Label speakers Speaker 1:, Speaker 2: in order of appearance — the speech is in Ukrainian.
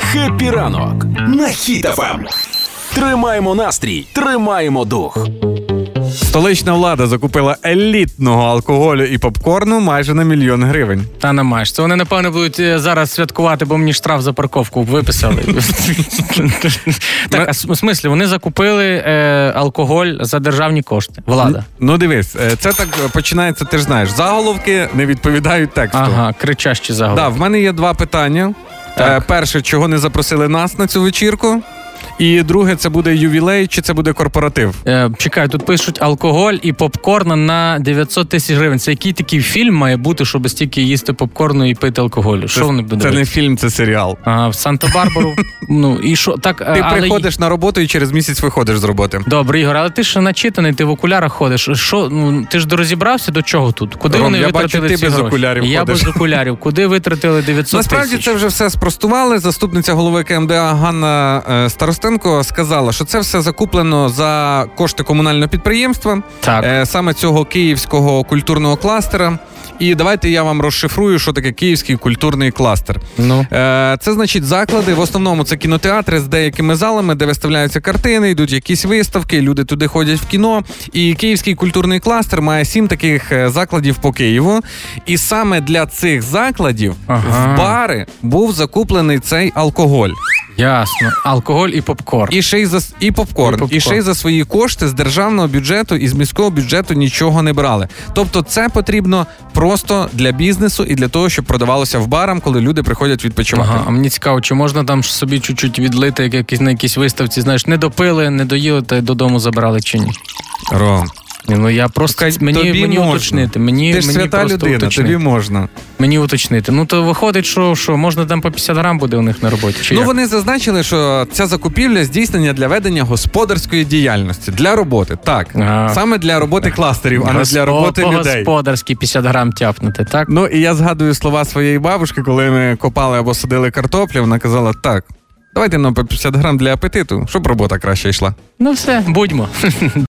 Speaker 1: Хеппі ранок на хітафам. Тримаємо настрій, тримаємо дух.
Speaker 2: Столична влада закупила елітного алкоголю і попкорну майже на мільйон гривень.
Speaker 3: Та не маєш. Це вони, напевно, будуть е, зараз святкувати, бо мені штраф за парковку виписали. так, а с- в смислі, вони закупили е, алкоголь за державні кошти. Влада.
Speaker 2: Ну дивись, е, це так е, починається. Ти ж знаєш, заголовки не відповідають тексту.
Speaker 3: Ага, кричащі заголовки.
Speaker 2: Да, в мене є два питання.
Speaker 3: Так.
Speaker 2: Е, Перше, чого не запросили нас на цю вечірку. І друге, це буде ювілей чи це буде корпоратив?
Speaker 3: Е, чекай, тут пишуть алкоголь і попкорн на 900 тисяч гривень. Це який такий фільм має бути, щоб стільки їсти попкорну і пити алкоголю? Що вони будуть?
Speaker 2: Це не фільм, це серіал.
Speaker 3: Ага, в Санта-Барбару. ну і що так, е,
Speaker 2: Ти
Speaker 3: але...
Speaker 2: приходиш на роботу і через місяць виходиш з роботи.
Speaker 3: Добре, Ігор, але ти ж начитаний, ти в окулярах ходиш. Що ну ти ж розібрався до чого тут? Куди
Speaker 2: Ром,
Speaker 3: вони
Speaker 2: я бачу,
Speaker 3: витратили
Speaker 2: ти
Speaker 3: ці
Speaker 2: без
Speaker 3: гроші?
Speaker 2: окулярів
Speaker 3: Я
Speaker 2: ходиш.
Speaker 3: без окулярів. Куди витратили 900
Speaker 2: Насправді
Speaker 3: тисяч?
Speaker 2: це вже все спростували. Заступниця голови КМДА Ганна е, Старостенко сказала, що це все закуплено за кошти комунального підприємства,
Speaker 3: так.
Speaker 2: е, саме цього київського культурного кластера. І давайте я вам розшифрую, що таке київський культурний кластер.
Speaker 3: Ну
Speaker 2: Е, Це значить заклади. В основному це кінотеатри з деякими залами, де виставляються картини, йдуть якісь виставки, люди туди ходять в кіно. І київський культурний кластер має сім таких е, закладів по Києву. І саме для цих закладів
Speaker 3: Ага.
Speaker 2: в бари був закуплений цей алкоголь.
Speaker 3: ясно. Алкоголь і попкорн.
Speaker 2: І ще й за с- і попкорн.
Speaker 3: І
Speaker 2: і
Speaker 3: попкорн.
Speaker 2: ще й за свої кошти з державного бюджету і з міського бюджету нічого не брали. Тобто, це потрібно просто для бізнесу і для того, щоб продавалося в барам, коли люди приходять відпочивати.
Speaker 3: Ага, а мені цікаво, чи можна там ж собі чуть-чуть відлити як якісь на якійсь виставці, знаєш, не допили, не доїли та й додому забрали чи ні?
Speaker 2: Ром,
Speaker 3: Ні, Ну я просто
Speaker 2: Кать,
Speaker 3: мені,
Speaker 2: тобі
Speaker 3: мені
Speaker 2: можна.
Speaker 3: уточнити. Мені,
Speaker 2: Ти ж
Speaker 3: мені
Speaker 2: свята
Speaker 3: просто
Speaker 2: людина,
Speaker 3: уточнити.
Speaker 2: тобі можна.
Speaker 3: Мені уточнити. Ну то виходить, що, що можна там по 50 грам буде у них на роботі. Чи
Speaker 2: ну
Speaker 3: як?
Speaker 2: вони зазначили, що ця закупівля здійснення для ведення господарської діяльності для роботи. Так
Speaker 3: А.
Speaker 2: саме для роботи кластерів, а не для
Speaker 3: Госпо-
Speaker 2: роботи людей.
Speaker 3: По-господарськи 50 грам тяпнути, так?
Speaker 2: Ну і я згадую слова своєї бабушки, коли ми копали або садили картоплю. Вона казала: так, давайте нам по 50 грам для апетиту, щоб робота краще йшла.
Speaker 3: Ну все, будьмо.